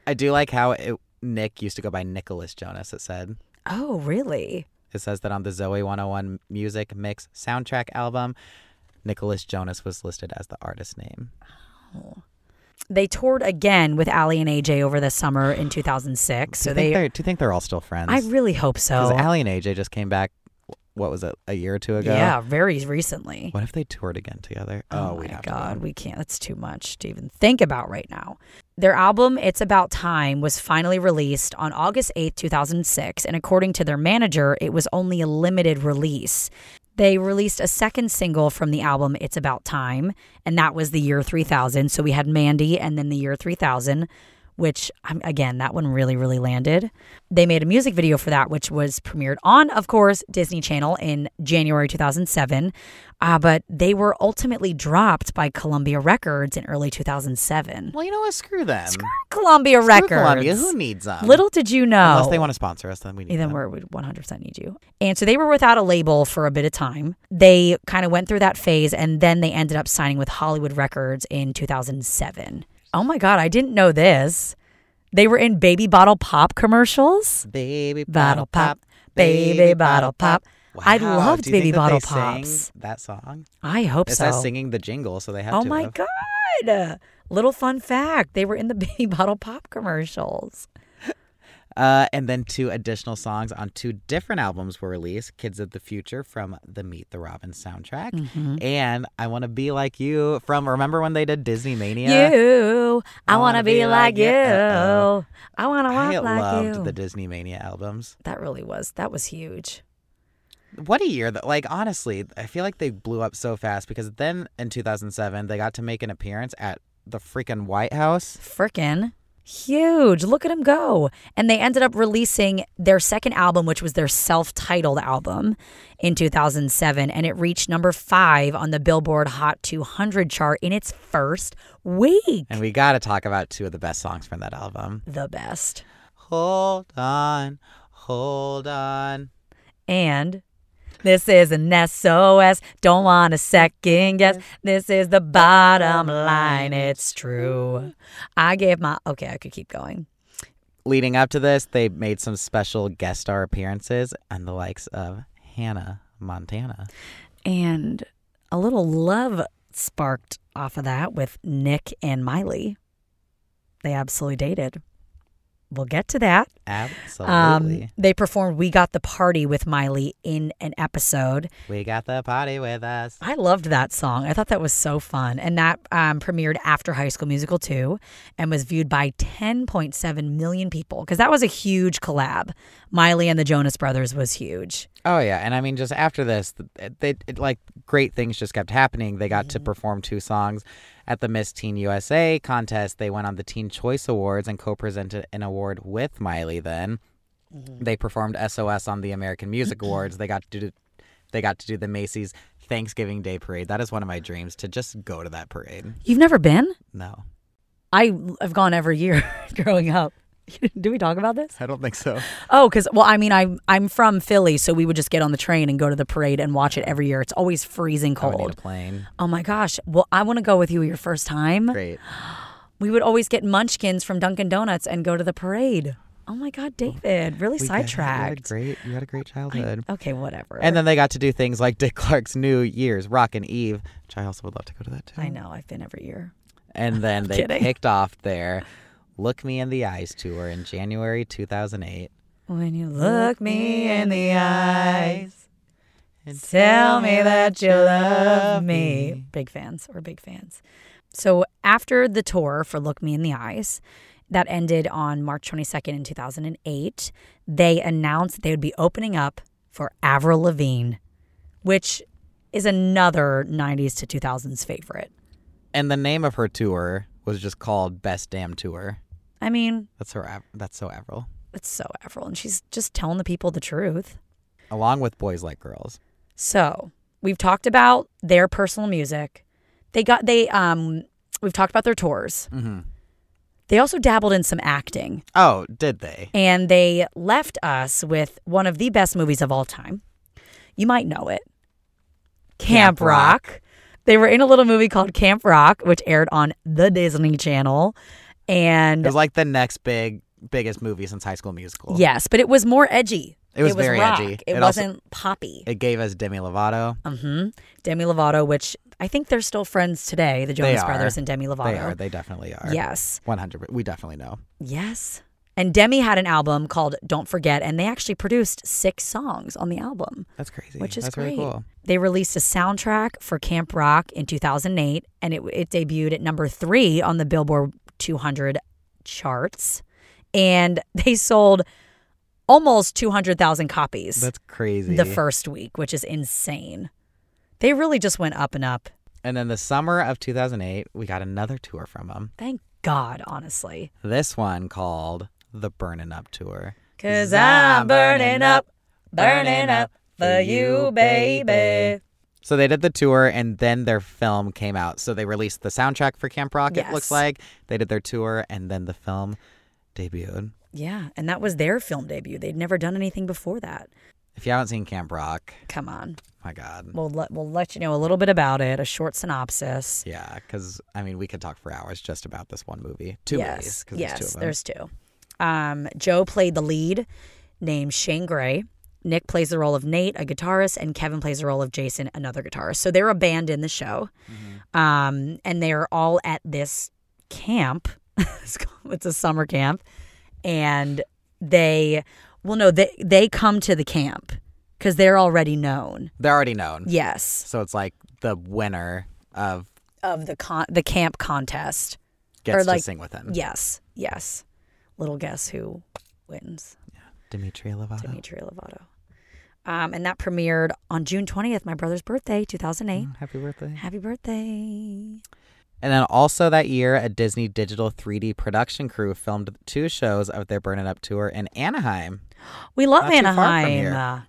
Speaker 1: I do like how it, Nick used to go by Nicholas Jonas, it said.
Speaker 2: Oh, really?
Speaker 1: It says that on the Zoe 101 Music Mix soundtrack album, Nicholas Jonas was listed as the artist name.
Speaker 2: they toured again with Ali and AJ over the summer in 2006. So
Speaker 1: do, you think
Speaker 2: they,
Speaker 1: they're- do you think they're all still friends?
Speaker 2: I really hope
Speaker 1: Because
Speaker 2: so.
Speaker 1: Allie and AJ just came back, what was it, a year or two ago?
Speaker 2: yeah, very recently.
Speaker 1: What if they toured again together?
Speaker 2: Oh,
Speaker 1: we'd
Speaker 2: my
Speaker 1: have to go.
Speaker 2: God, we can't. That's too much to even think about right now. Their album, It's About Time, was finally released on August 8th, 2006. And according to their manager, it was only a limited release. They released a second single from the album, It's About Time, and that was the year 3000. So we had Mandy and then the year 3000, which, um, again, that one really, really landed. They made a music video for that, which was premiered on, of course, Disney Channel in January 2007. Uh, but they were ultimately dropped by Columbia Records in early 2007.
Speaker 1: Well, you know what? Screw them. Screw
Speaker 2: Columbia Records.
Speaker 1: Columbia. Who needs them?
Speaker 2: Little did you know.
Speaker 1: Unless they want to sponsor us, then we need
Speaker 2: Then
Speaker 1: them.
Speaker 2: we would 100% need you. And so they were without a label for a bit of time. They kind of went through that phase and then they ended up signing with Hollywood Records in 2007. Oh my God, I didn't know this. They were in baby bottle pop commercials.
Speaker 1: Baby
Speaker 2: Bottle pop, baby bottle pop. I
Speaker 1: Wow,
Speaker 2: loved
Speaker 1: do you
Speaker 2: Baby
Speaker 1: think that
Speaker 2: Bottle
Speaker 1: they sang
Speaker 2: Pops.
Speaker 1: That song.
Speaker 2: I hope
Speaker 1: It
Speaker 2: so.
Speaker 1: says singing the jingle, so they have
Speaker 2: Oh
Speaker 1: to.
Speaker 2: my
Speaker 1: have.
Speaker 2: God. good. Little fun fact they were in the baby bottle pop commercials.
Speaker 1: Uh, and then two additional songs on two different albums were released Kids of the Future from the Meet the Robbins soundtrack,
Speaker 2: Mm-hmm.
Speaker 1: and I Want to Be Like You from remember when they did Disney Mania?
Speaker 2: You, I, want to be like you.
Speaker 1: Uh-oh.
Speaker 2: I want to walk
Speaker 1: I
Speaker 2: like
Speaker 1: loved
Speaker 2: you.
Speaker 1: the Disney Mania albums.
Speaker 2: that really was. That was huge.
Speaker 1: What a year! That like honestly, I feel like they blew up so fast because then in 2007 they got to make an appearance at the freaking White House.
Speaker 2: Frickin' huge. Look at him go. And they ended up releasing their second album, which was their self titled album in 2007. And it reached number five on the Billboard Hot 200 chart in its first week.
Speaker 1: And we got to talk about two of the best songs from that album.
Speaker 2: The best.
Speaker 1: Hold on, hold on.
Speaker 2: And this is an SOS. Don't want to second guess. This is the bottom line. It's true. I gave my. Okay, I could keep going.
Speaker 1: Leading up to this, they made some special guest star appearances and the likes of Hannah Montana.
Speaker 2: And a little love sparked off of that with Nick and Miley. They absolutely dated. We'll get to that. Um,
Speaker 1: Absolutely.
Speaker 2: they performed We Got the Party with Miley in an episode.
Speaker 1: we got the party with us.
Speaker 2: I loved that song. I thought that was so fun. And that um, premiered after High School Musical 2 and was viewed by 10.7 million people because that was a huge collab. Miley and the Jonas Brothers was huge.
Speaker 1: Oh yeah, and I mean, just after this, th- they it, like great things just kept happening. They got to perform two songs at the Miss Teen USA contest. They went on the Teen Choice Awards and co-presented an award with Miley. Then
Speaker 2: Mm-hmm.
Speaker 1: they performed SOS on the American Music Awards. They got to do, they got to do the Macy's Thanksgiving Day Parade. That is one of my dreams to just go to that parade.
Speaker 2: You've never been?
Speaker 1: No,
Speaker 2: I have gone every year growing up. Do we talk about this?
Speaker 1: I don't think so.
Speaker 2: Oh, because well, I mean, I'm I'm from Philly, so we would just get on the train and go to the parade and watch it every year. It's always freezing
Speaker 1: I would need a
Speaker 2: cold.
Speaker 1: plane.
Speaker 2: Oh my gosh! Well, I want to go with you your first time.
Speaker 1: Great.
Speaker 2: We would always get Munchkins from Dunkin' Donuts and go to the parade. Oh my God, David, really
Speaker 1: We got- you had a
Speaker 2: sidetracked.
Speaker 1: Great. You had a great childhood.
Speaker 2: Okay, whatever.
Speaker 1: And then they got to do things like Dick Clark's New Year's Rockin' Eve, which I also would love to go to that too.
Speaker 2: I know I've been every year.
Speaker 1: And then they
Speaker 2: kidding.
Speaker 1: kicked off their Look Me in the Eyes tour in January 2008.
Speaker 2: When you look me in the eyes and tell me that you love me. Big fans. We're big fans. So after the tour for Look Me in the Eyes, that ended on March 22nd in 2008, they announced that they would be opening up for Avril Lavigne, which is another 90s to 2000s favorite.
Speaker 1: And the name of her tour was just called Best Damn Tour.
Speaker 2: I mean,
Speaker 1: That's her. Av- That's so Avril.
Speaker 2: it's so Avril, and she's just telling the people the truth.
Speaker 1: Along with Boys Like Girls.
Speaker 2: So we've talked about their personal music. They got they um we've talked about their tours.
Speaker 1: hmm
Speaker 2: They also dabbled in some acting,
Speaker 1: Oh, did they?
Speaker 2: and they left us with one of the best movies of all time. You might know it, Camp,
Speaker 1: Camp
Speaker 2: Rock. They were in a little movie called Camp Rock, which aired on the Disney Channel,
Speaker 1: It
Speaker 2: and
Speaker 1: was like the next big, biggest movie since High School Musical.
Speaker 2: yes, but it was more edgy.
Speaker 1: It was very
Speaker 2: rock.
Speaker 1: edgy.
Speaker 2: It,
Speaker 1: It also-
Speaker 2: wasn't poppy.
Speaker 1: It gave us Demi Lovato.
Speaker 2: hmm Demi Lovato, which I think they're still friends today, the Jonas
Speaker 1: are.
Speaker 2: Brothers and Demi Lovato.
Speaker 1: They are. They definitely are.
Speaker 2: Yes.
Speaker 1: 100. We definitely know.
Speaker 2: Yes. And Demi had an album called Don't Forget, and they actually produced six songs on the album,
Speaker 1: That's crazy.
Speaker 2: which is
Speaker 1: That's really
Speaker 2: great.
Speaker 1: cool.
Speaker 2: They released a soundtrack for Camp Rock in 2008, and it, it debuted at number three on the Billboard 200 charts. And they sold almost 200,000 copies
Speaker 1: That's crazy.
Speaker 2: the first week, which is insane. They really just went up and up.
Speaker 1: and then the summer of 2008, we got another tour from them.
Speaker 2: Thank God, honestly.
Speaker 1: This one called the Burnin' Up Tour.
Speaker 2: 'Cause I'm burning up, burning up for you, baby.
Speaker 1: So they did the tour and then their film came out. So they released the soundtrack for Camp Rock, it
Speaker 2: Yes.
Speaker 1: looks like. They did their tour and then the film debuted.
Speaker 2: Yeah, and that was their film debut. They'd never done anything before that.
Speaker 1: If you haven't seen Camp Rock,
Speaker 2: Come on,
Speaker 1: my God.
Speaker 2: we'll let we'll let you know a little bit about it. A short synopsis.
Speaker 1: Yeah, because I mean, we could talk for hours just about this one movie. Two movies.
Speaker 2: yes,
Speaker 1: 'cause
Speaker 2: yes,
Speaker 1: there's two of them.
Speaker 2: there's two. Um, Joe played the lead, named Shane Gray. Nick plays the role of Nate, a guitarist, and Kevin plays the role of Jason, another guitarist. So they're a band in the show.
Speaker 1: Mm-hmm.
Speaker 2: Um, and they're all at this camp. it's called- it's a summer camp. And they, well, no, they, they come to the camp because they're already known.
Speaker 1: They're already known.
Speaker 2: Yes.
Speaker 1: So it's like the winner of
Speaker 2: Of the con- the camp contest. Or
Speaker 1: gets
Speaker 2: like-
Speaker 1: to sing with him.
Speaker 2: Yes. Yes. Little guess who wins.
Speaker 1: Dimitri Lovato.
Speaker 2: Dimitri Lovato. Um, and that premiered on June 20th, my brother's birthday, 2008.
Speaker 1: Mm, Happy birthday.
Speaker 2: Happy birthday.
Speaker 1: And then also that year, a Disney digital 3D production crew filmed two shows of their Burn It Up tour in Anaheim.
Speaker 2: We love
Speaker 1: Not too far from
Speaker 2: Anaheim.
Speaker 1: here.
Speaker 2: Uh,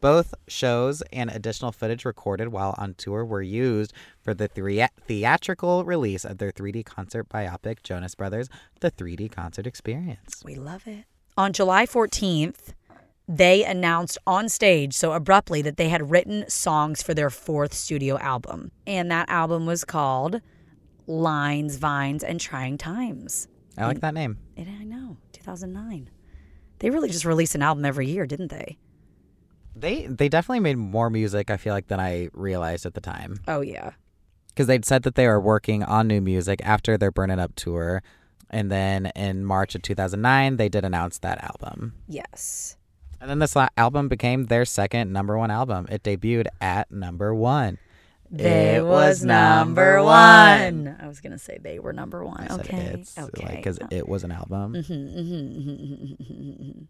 Speaker 1: Both shows and additional footage recorded while on tour were used for the thre- theatrical release of their 3D concert biopic, Jonas Brothers, The 3D Concert Experience.
Speaker 2: we love it. On July 14th, they announced on stage so abruptly that they had written songs for their fourth studio album. And that album was called Lines, Vines, and Trying Times.
Speaker 1: I like that name.
Speaker 2: It, I know, 2009. They really just released an album every year, didn't they?
Speaker 1: They they definitely made more music, I feel like, than I realized at the time.
Speaker 2: Oh, yeah.
Speaker 1: Because they'd said that they were working on new music after their Burn It Up tour. And then in March of 2009, they did announce that album.
Speaker 2: Yes.
Speaker 1: And then this la- album became their second number one album. It debuted at number one. It was number one.
Speaker 2: I was gonna say they were number one.
Speaker 1: I said
Speaker 2: okay.
Speaker 1: it's
Speaker 2: okay. Oh. Mm. Mm-hmm,
Speaker 1: because it was an album.
Speaker 2: Mhm.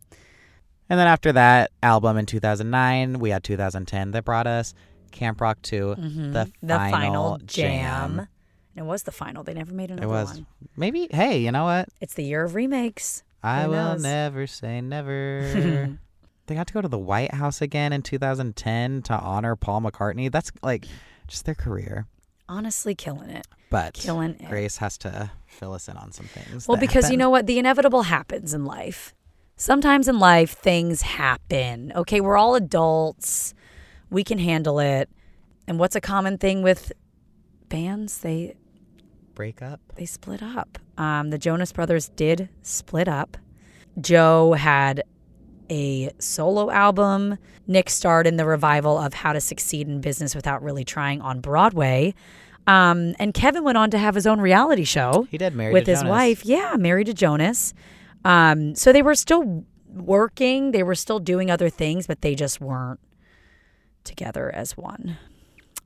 Speaker 1: And then after that album in 2009, we had 2010 that brought us Camp Rock 2, the,
Speaker 2: Mm-hmm. the
Speaker 1: final
Speaker 2: final
Speaker 1: jam.
Speaker 2: jam. And It was the final. They never made another
Speaker 1: It was
Speaker 2: one.
Speaker 1: maybe. Hey, you know what?
Speaker 2: It's the year of remakes.
Speaker 1: I
Speaker 2: Who
Speaker 1: will
Speaker 2: knows?
Speaker 1: never say never. they got to go to the White House again in 2010 to honor Paul McCartney. That's like just their career.
Speaker 2: Honestly, killing it.
Speaker 1: But
Speaker 2: Killing it.
Speaker 1: Grace has to fill us in on some things.
Speaker 2: Well,
Speaker 1: that
Speaker 2: because you
Speaker 1: happened.
Speaker 2: know what? The inevitable happens in life. Sometimes in life, things happen. Okay, we're all adults. We can handle it. And what's a common thing with bands? They
Speaker 1: break up.
Speaker 2: they split up. Um, the Jonas Brothers did split up. Joe had a solo album. Nick starred in the revival of How to Succeed in Business Without Really Trying on Broadway. Um, and Kevin went on to have his own reality show
Speaker 1: He did marry
Speaker 2: with
Speaker 1: to
Speaker 2: his
Speaker 1: Jonas.
Speaker 2: wife. Yeah, married to Jonas. Um, so they were still working, they were still doing other things, but they just weren't together as one.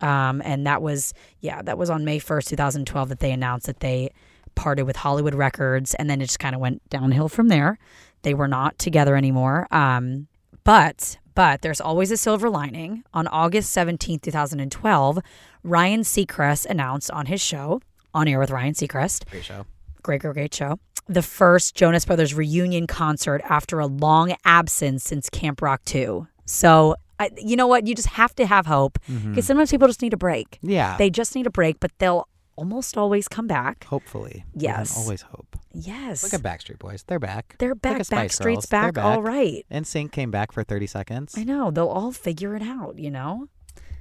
Speaker 2: Um, and that was, yeah, that was on May 1st, 2012, that they announced that they parted with Hollywood Records. And then it just kind of went downhill from there. They were not together anymore. Um, but, but there's always a silver lining. On August 17th, 2012, Ryan Seacrest announced on his show, On Air with Ryan Seacrest,
Speaker 1: Great show.
Speaker 2: great, great, great show. The first Jonas Brothers reunion concert after a long absence since Camp Rock 2. So, I, you know what? You just have to have hope because sometimes people just need a break.
Speaker 1: Mm-hmm. Yeah.
Speaker 2: They just need a break, but they'll almost always come back.
Speaker 1: Hopefully. We can
Speaker 2: Yes.
Speaker 1: always hope.
Speaker 2: Yes.
Speaker 1: Look at Backstreet Boys. They're back.
Speaker 2: They're back.
Speaker 1: at Spice Girls.
Speaker 2: Backstreet's
Speaker 1: They're
Speaker 2: back,
Speaker 1: back.
Speaker 2: All right.
Speaker 1: And Sync came back for 30 seconds.
Speaker 2: I know. They'll all figure it out, you know?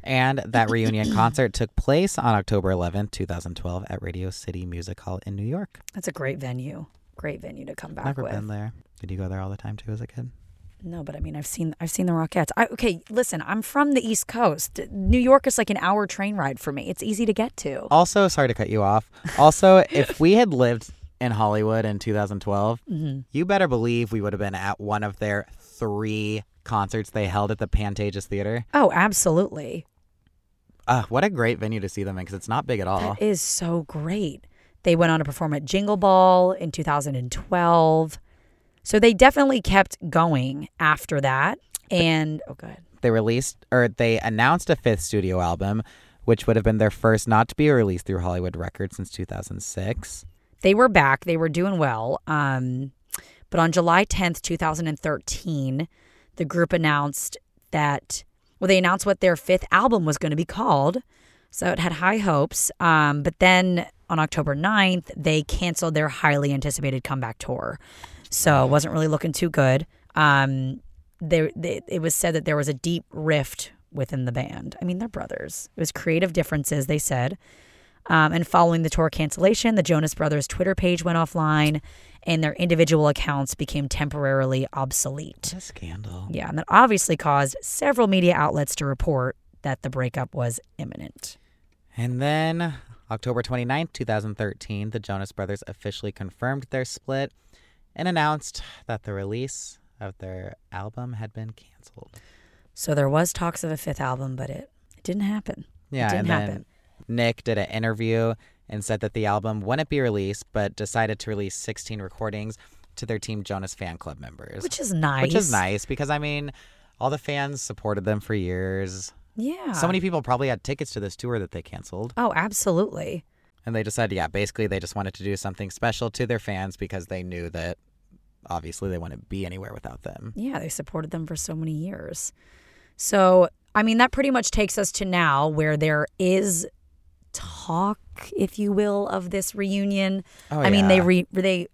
Speaker 1: And that reunion concert took place on October 11th, 2012 at Radio City Music Hall in New York.
Speaker 2: That's a great venue. Great venue to come back
Speaker 1: Never
Speaker 2: with.
Speaker 1: been there. Did you go there all the time too as a kid?
Speaker 2: No, but I mean, I've seen I've seen the Rockettes. I, okay, listen, I'm from the East Coast. New York is like an hour train ride for me. It's easy to get to.
Speaker 1: Also, sorry to cut you off. Also, if we had lived in Hollywood in 2012,
Speaker 2: Mm-hmm.
Speaker 1: you better believe we would have been at one of their three concerts they held at the Pantages Theater.
Speaker 2: Oh, absolutely.
Speaker 1: Uh, what a great venue to see them in because it's not big at all.
Speaker 2: That is so great. They went on to perform at Jingle Ball in 2012. So they definitely kept going after that. And oh, good.
Speaker 1: They released or they announced a fifth studio album, which would have been their first not to be released through Hollywood Records since 2006.
Speaker 2: They were back. They were doing well. Um, but on July 10th, 2013, the group announced that, well, they announced what their fifth album was going to be called. So it had high hopes. Um, but then on October 9th, they canceled their highly anticipated comeback tour. So it wasn't really looking too good. Um, there, they, it was said that there was a deep rift within the band. I mean, they're brothers. It was creative differences, they said. Um, and following the tour cancellation, the Jonas Brothers Twitter page went offline and their individual accounts became temporarily obsolete.
Speaker 1: What a scandal.
Speaker 2: Yeah, and that obviously caused several media outlets to report that the breakup was imminent.
Speaker 1: And then October 29, 2013, the Jonas Brothers officially confirmed their split and announced that the release of their album had been canceled.
Speaker 2: So there was talks of a fifth album, but it, it didn't happen.
Speaker 1: Yeah,
Speaker 2: didn't
Speaker 1: and then
Speaker 2: happen.
Speaker 1: Nick did an interview and said that the album wouldn't be released, but decided to release 16 recordings to their Team Jonas fan club members,
Speaker 2: Which is nice.
Speaker 1: which is nice because I mean, all the fans supported them for years.
Speaker 2: Yeah.
Speaker 1: So many people probably had tickets to this tour that they canceled,
Speaker 2: Oh, absolutely.
Speaker 1: and they decided, yeah, basically they just wanted to do something special to their fans because they knew that obviously they wouldn't be anywhere without them.
Speaker 2: Yeah, they supported them for so many years. So, I mean, that pretty much takes us to now where there is talk, if you will, of this reunion.
Speaker 1: Oh,
Speaker 2: I mean, they
Speaker 1: yeah.
Speaker 2: re- they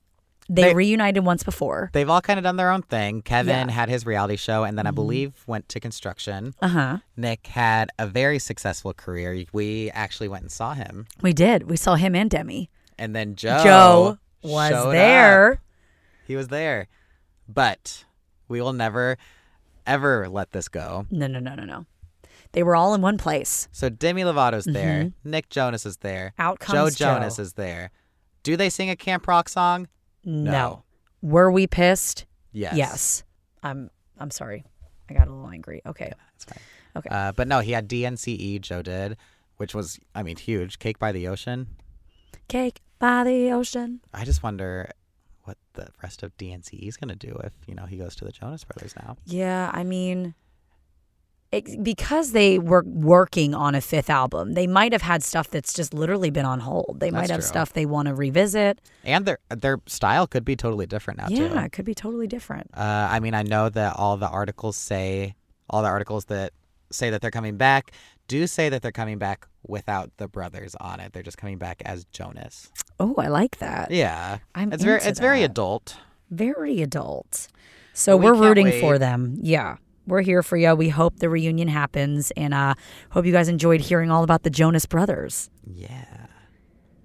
Speaker 2: they
Speaker 1: They-
Speaker 2: reunited once before.
Speaker 1: They've all kind of done their own thing. Kevin had his reality show, and
Speaker 2: Mm-hmm.
Speaker 1: then I believe went to construction.
Speaker 2: Uh-huh.
Speaker 1: Nick had a very successful career. We actually went and saw him.
Speaker 2: We did. We saw him and Demi.
Speaker 1: And then Joe,
Speaker 2: Joe was
Speaker 1: showed up.
Speaker 2: there.
Speaker 1: He was there. But we will never, ever let this go.
Speaker 2: No, no, no, no, no. They were all in one place.
Speaker 1: So Demi Lovato's there.
Speaker 2: Mm-hmm.
Speaker 1: Nick Jonas is there.
Speaker 2: Out
Speaker 1: Joe
Speaker 2: comes
Speaker 1: Jonas
Speaker 2: Joe.
Speaker 1: is there. Do they sing a Camp Rock song?
Speaker 2: No.
Speaker 1: No.
Speaker 2: Were we pissed?
Speaker 1: Yes.
Speaker 2: Yes. I'm I'm sorry. I got a little angry. Okay.
Speaker 1: That's fine.
Speaker 2: Okay.
Speaker 1: Uh, but no, he had DNCE, E, Joe did, which was, I mean, huge. Cake by the Ocean.
Speaker 2: Cake by the ocean.
Speaker 1: I just wonder what the rest of DNCE E is going to do if, you know, he goes to the Jonas Brothers now.
Speaker 2: Yeah, I mean it, because they were working on a fifth album, they might have had stuff that's just literally been on hold. They might
Speaker 1: That's
Speaker 2: have
Speaker 1: true.
Speaker 2: stuff they want to revisit.
Speaker 1: And their their style could be totally different now
Speaker 2: yeah,
Speaker 1: too.
Speaker 2: it could be totally different.
Speaker 1: Uh, I mean, I know that all the articles say all the articles that say that they're coming back do say that they're coming back without the brothers on it. They're just coming back as Jonas.
Speaker 2: Oh, I like that.
Speaker 1: Yeah,
Speaker 2: I'm
Speaker 1: it's very
Speaker 2: into
Speaker 1: it's very
Speaker 2: that.
Speaker 1: adult.
Speaker 2: very adult. So
Speaker 1: We
Speaker 2: we are
Speaker 1: can't
Speaker 2: rooting
Speaker 1: wait.
Speaker 2: for them. Yeah. We're here for you. We hope the reunion happens and uh hope you guys enjoyed hearing all about the Jonas Brothers.
Speaker 1: Yeah,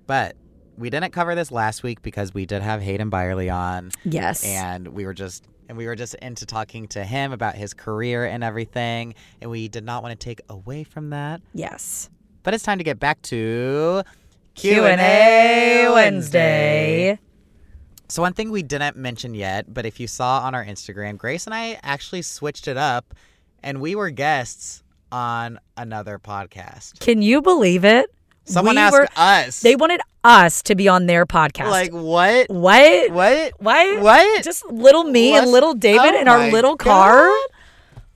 Speaker 1: but we didn't cover this last week because we did have Hayden Byerly on.
Speaker 2: Yes.
Speaker 1: and we were just and we were just into talking to him about his career and everything and we did not want to take away from that
Speaker 2: yes.
Speaker 1: but it's time to get back to so one thing we didn't mention yet but if you saw on our instagram grace and i actually switched it up and we were guests on another podcast
Speaker 2: Can you believe it?
Speaker 1: someone
Speaker 2: We
Speaker 1: asked
Speaker 2: were-
Speaker 1: us
Speaker 2: They wanted us to be on their podcast.
Speaker 1: like what
Speaker 2: what?
Speaker 1: what
Speaker 2: Why?
Speaker 1: what
Speaker 2: Just little me and
Speaker 1: Let's-
Speaker 2: little David
Speaker 1: oh
Speaker 2: in our
Speaker 1: my
Speaker 2: little car.
Speaker 1: God.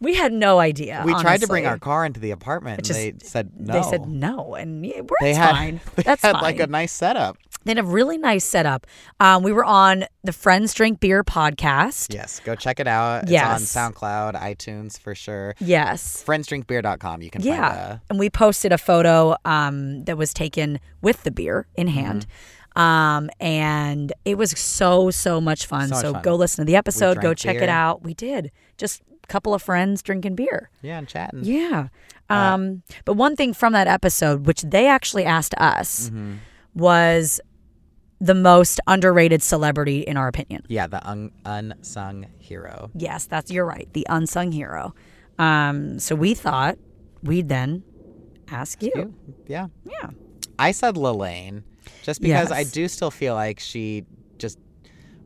Speaker 2: We had no idea.
Speaker 1: we tried to bring
Speaker 2: honestly.
Speaker 1: our car into the apartment and
Speaker 2: just-
Speaker 1: they said no
Speaker 2: They said no, and yeah, we're
Speaker 1: they
Speaker 2: it's
Speaker 1: had
Speaker 2: fine.
Speaker 1: they
Speaker 2: That's
Speaker 1: had
Speaker 2: fine.
Speaker 1: like a nice setup.
Speaker 2: They had a really nice setup. Um, we were on the Friends Drink Beer podcast.
Speaker 1: Yes, go check it out. It's
Speaker 2: Yes.
Speaker 1: on SoundCloud, iTunes for sure.
Speaker 2: Yes.
Speaker 1: Friendsdrinkbeer.com. You can find
Speaker 2: Yeah.
Speaker 1: a,
Speaker 2: And we posted a photo um, that was taken with the beer in
Speaker 1: Mm-hmm.
Speaker 2: hand. Um, and it was so, so much fun.
Speaker 1: So
Speaker 2: So,
Speaker 1: much fun.
Speaker 2: go listen to the episode, go
Speaker 1: drank
Speaker 2: check
Speaker 1: beer.
Speaker 2: it out. We did. Just a couple of friends drinking beer.
Speaker 1: yeah, Uh, and chatting.
Speaker 2: Yeah. Um, but one thing from that episode, which they actually asked us,
Speaker 1: Mm-hmm.
Speaker 2: was the most underrated celebrity in our opinion.
Speaker 1: Yeah, the un- unsung hero.
Speaker 2: Yes, that's you're right. The unsung hero. Um, so we thought we'd then ask you.
Speaker 1: You- Yeah.
Speaker 2: Yeah.
Speaker 1: I said Lillane just because I
Speaker 2: Yes.
Speaker 1: do still feel like she just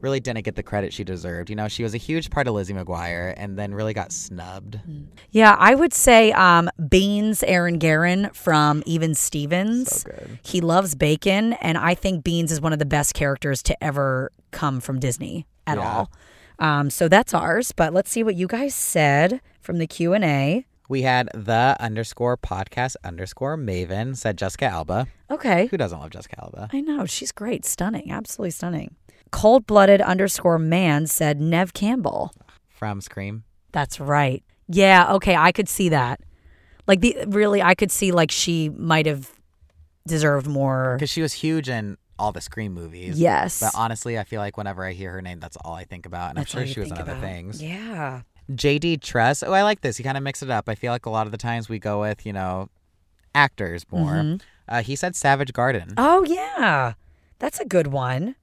Speaker 1: really didn't get the credit she deserved. You know, she was a huge part of Lizzie McGuire and then really got snubbed.
Speaker 2: Mm. Yeah, I would say um, Beans Aaron Guerin from Even Stevens.
Speaker 1: So good.
Speaker 2: He loves bacon, and I think Beans is one of the best characters to ever come from Disney at
Speaker 1: Yeah.
Speaker 2: all. Um, so that's ours. But let's see what you guys said from the Q and A.
Speaker 1: We had the underscore podcast underscore Maven said Jessica Alba.
Speaker 2: Okay,
Speaker 1: Who doesn't love Jessica Alba?
Speaker 2: I know she's great, stunning, absolutely stunning. Cold blooded underscore man said Nev Campbell.
Speaker 1: From Scream.
Speaker 2: That's right. Yeah, okay, I could see that. Like the really I could see like she might have deserved more.
Speaker 1: Because she was huge in all the Scream movies.
Speaker 2: Yes.
Speaker 1: But honestly, I feel like whenever I hear her name, that's all I think about. And
Speaker 2: That's
Speaker 1: I'm
Speaker 2: all
Speaker 1: sure
Speaker 2: you
Speaker 1: she was in
Speaker 2: think
Speaker 1: other
Speaker 2: about.
Speaker 1: things.
Speaker 2: Yeah.
Speaker 1: JD Tress. Oh, I like this. He kind of mixed it up. I feel like a lot of the times we go with, you know, actors more. Uh, he said Savage Garden.
Speaker 2: Mm-hmm. Oh yeah. That's a good one.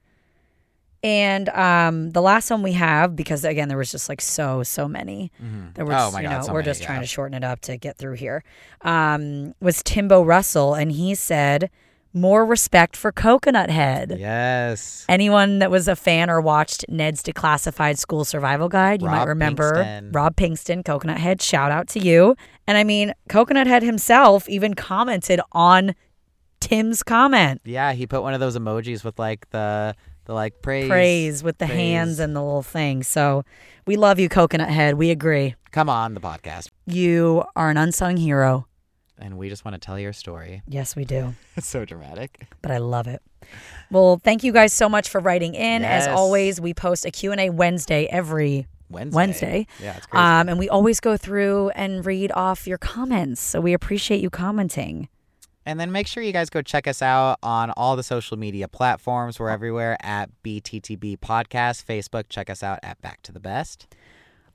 Speaker 2: And um the last one we have because again there was just like so so many. That we're
Speaker 1: Oh,
Speaker 2: just,
Speaker 1: my
Speaker 2: you
Speaker 1: God,
Speaker 2: know,
Speaker 1: so
Speaker 2: we're
Speaker 1: many,
Speaker 2: just trying
Speaker 1: yeah.
Speaker 2: to shorten it up to get through here. Um was Timbo Russell and he said more respect for Coconut Head.
Speaker 1: Yes.
Speaker 2: Anyone that was a fan or watched Ned's Declassified School Survival Guide, you might
Speaker 1: Rob
Speaker 2: remember
Speaker 1: Pinkston.
Speaker 2: Rob Pinkston, Coconut Head, shout out to you. And I mean, Coconut Head himself even commented on Tim's comment.
Speaker 1: Yeah, he put one of those emojis with like the the like praise.
Speaker 2: Praise with the
Speaker 1: Praise.
Speaker 2: hands and the little thing. So we love you, Coconut Head. We agree.
Speaker 1: Come on the podcast.
Speaker 2: You are an unsung hero.
Speaker 1: And we just want to tell your story.
Speaker 2: Yes, we do.
Speaker 1: It's so dramatic.
Speaker 2: but I love it. Well, thank you guys so much for writing in. As
Speaker 1: Yes.
Speaker 2: always, we post a Q&A Wednesday every
Speaker 1: Wednesday.
Speaker 2: Wednesday.
Speaker 1: Yeah, it's crazy.
Speaker 2: Um, and we always go through and read off your comments. So we appreciate you commenting.
Speaker 1: And then make sure you guys go check us out on all the social media platforms.
Speaker 2: Oh.
Speaker 1: We're everywhere at BTTB Podcast, Facebook. Check us out at Back to the Best.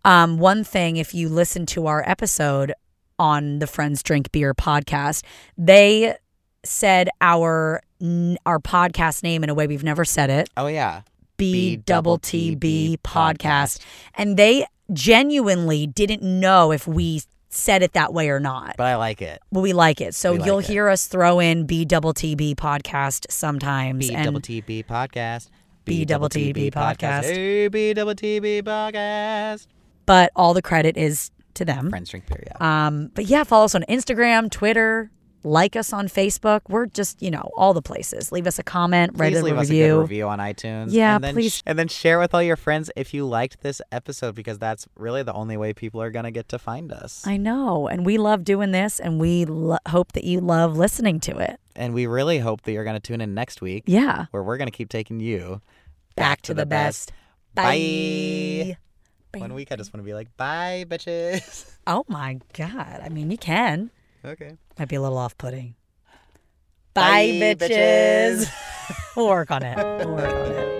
Speaker 2: Um, one thing, if you listen to our episode on the Friends Drink Beer podcast, they said our n- our podcast name in a way we've never said it.
Speaker 1: Oh yeah,
Speaker 2: B double T B
Speaker 1: B
Speaker 2: podcast. And they genuinely didn't know if we said it that way or not,
Speaker 1: but I like it.
Speaker 2: but we like it. So
Speaker 1: We like
Speaker 2: you'll
Speaker 1: it.
Speaker 2: hear us throw in B double T B podcast sometimes.
Speaker 1: B
Speaker 2: and
Speaker 1: double T B Podcast.
Speaker 2: B double T B podcast.
Speaker 1: Hey, B double T B Podcast.
Speaker 2: but all the credit is to them.
Speaker 1: Friends drink beer. Yeah.
Speaker 2: Um, but yeah, follow us on Instagram, Twitter, like us on Facebook. We're just, you know, all the places. Leave us a comment, write
Speaker 1: Please
Speaker 2: a
Speaker 1: leave us a
Speaker 2: review.
Speaker 1: good review on iTunes.
Speaker 2: Yeah,
Speaker 1: and then
Speaker 2: please.
Speaker 1: sh- and then share with all your friends if you liked this episode because that's really the only way people are gonna get to find us.
Speaker 2: I know. And we love doing this and we lo- hope that you love listening to it.
Speaker 1: and we really hope that you're gonna tune in next week
Speaker 2: Yeah.
Speaker 1: where we're gonna keep taking you
Speaker 2: Back to the best.
Speaker 1: Bye.
Speaker 2: Bye.
Speaker 1: One week I just want to be like, bye, bitches.
Speaker 2: Oh my God. I mean, you can.
Speaker 1: okay.
Speaker 2: Might be a little off putting.
Speaker 1: Bye, bitches.
Speaker 2: we'll work on it. We'll work on it.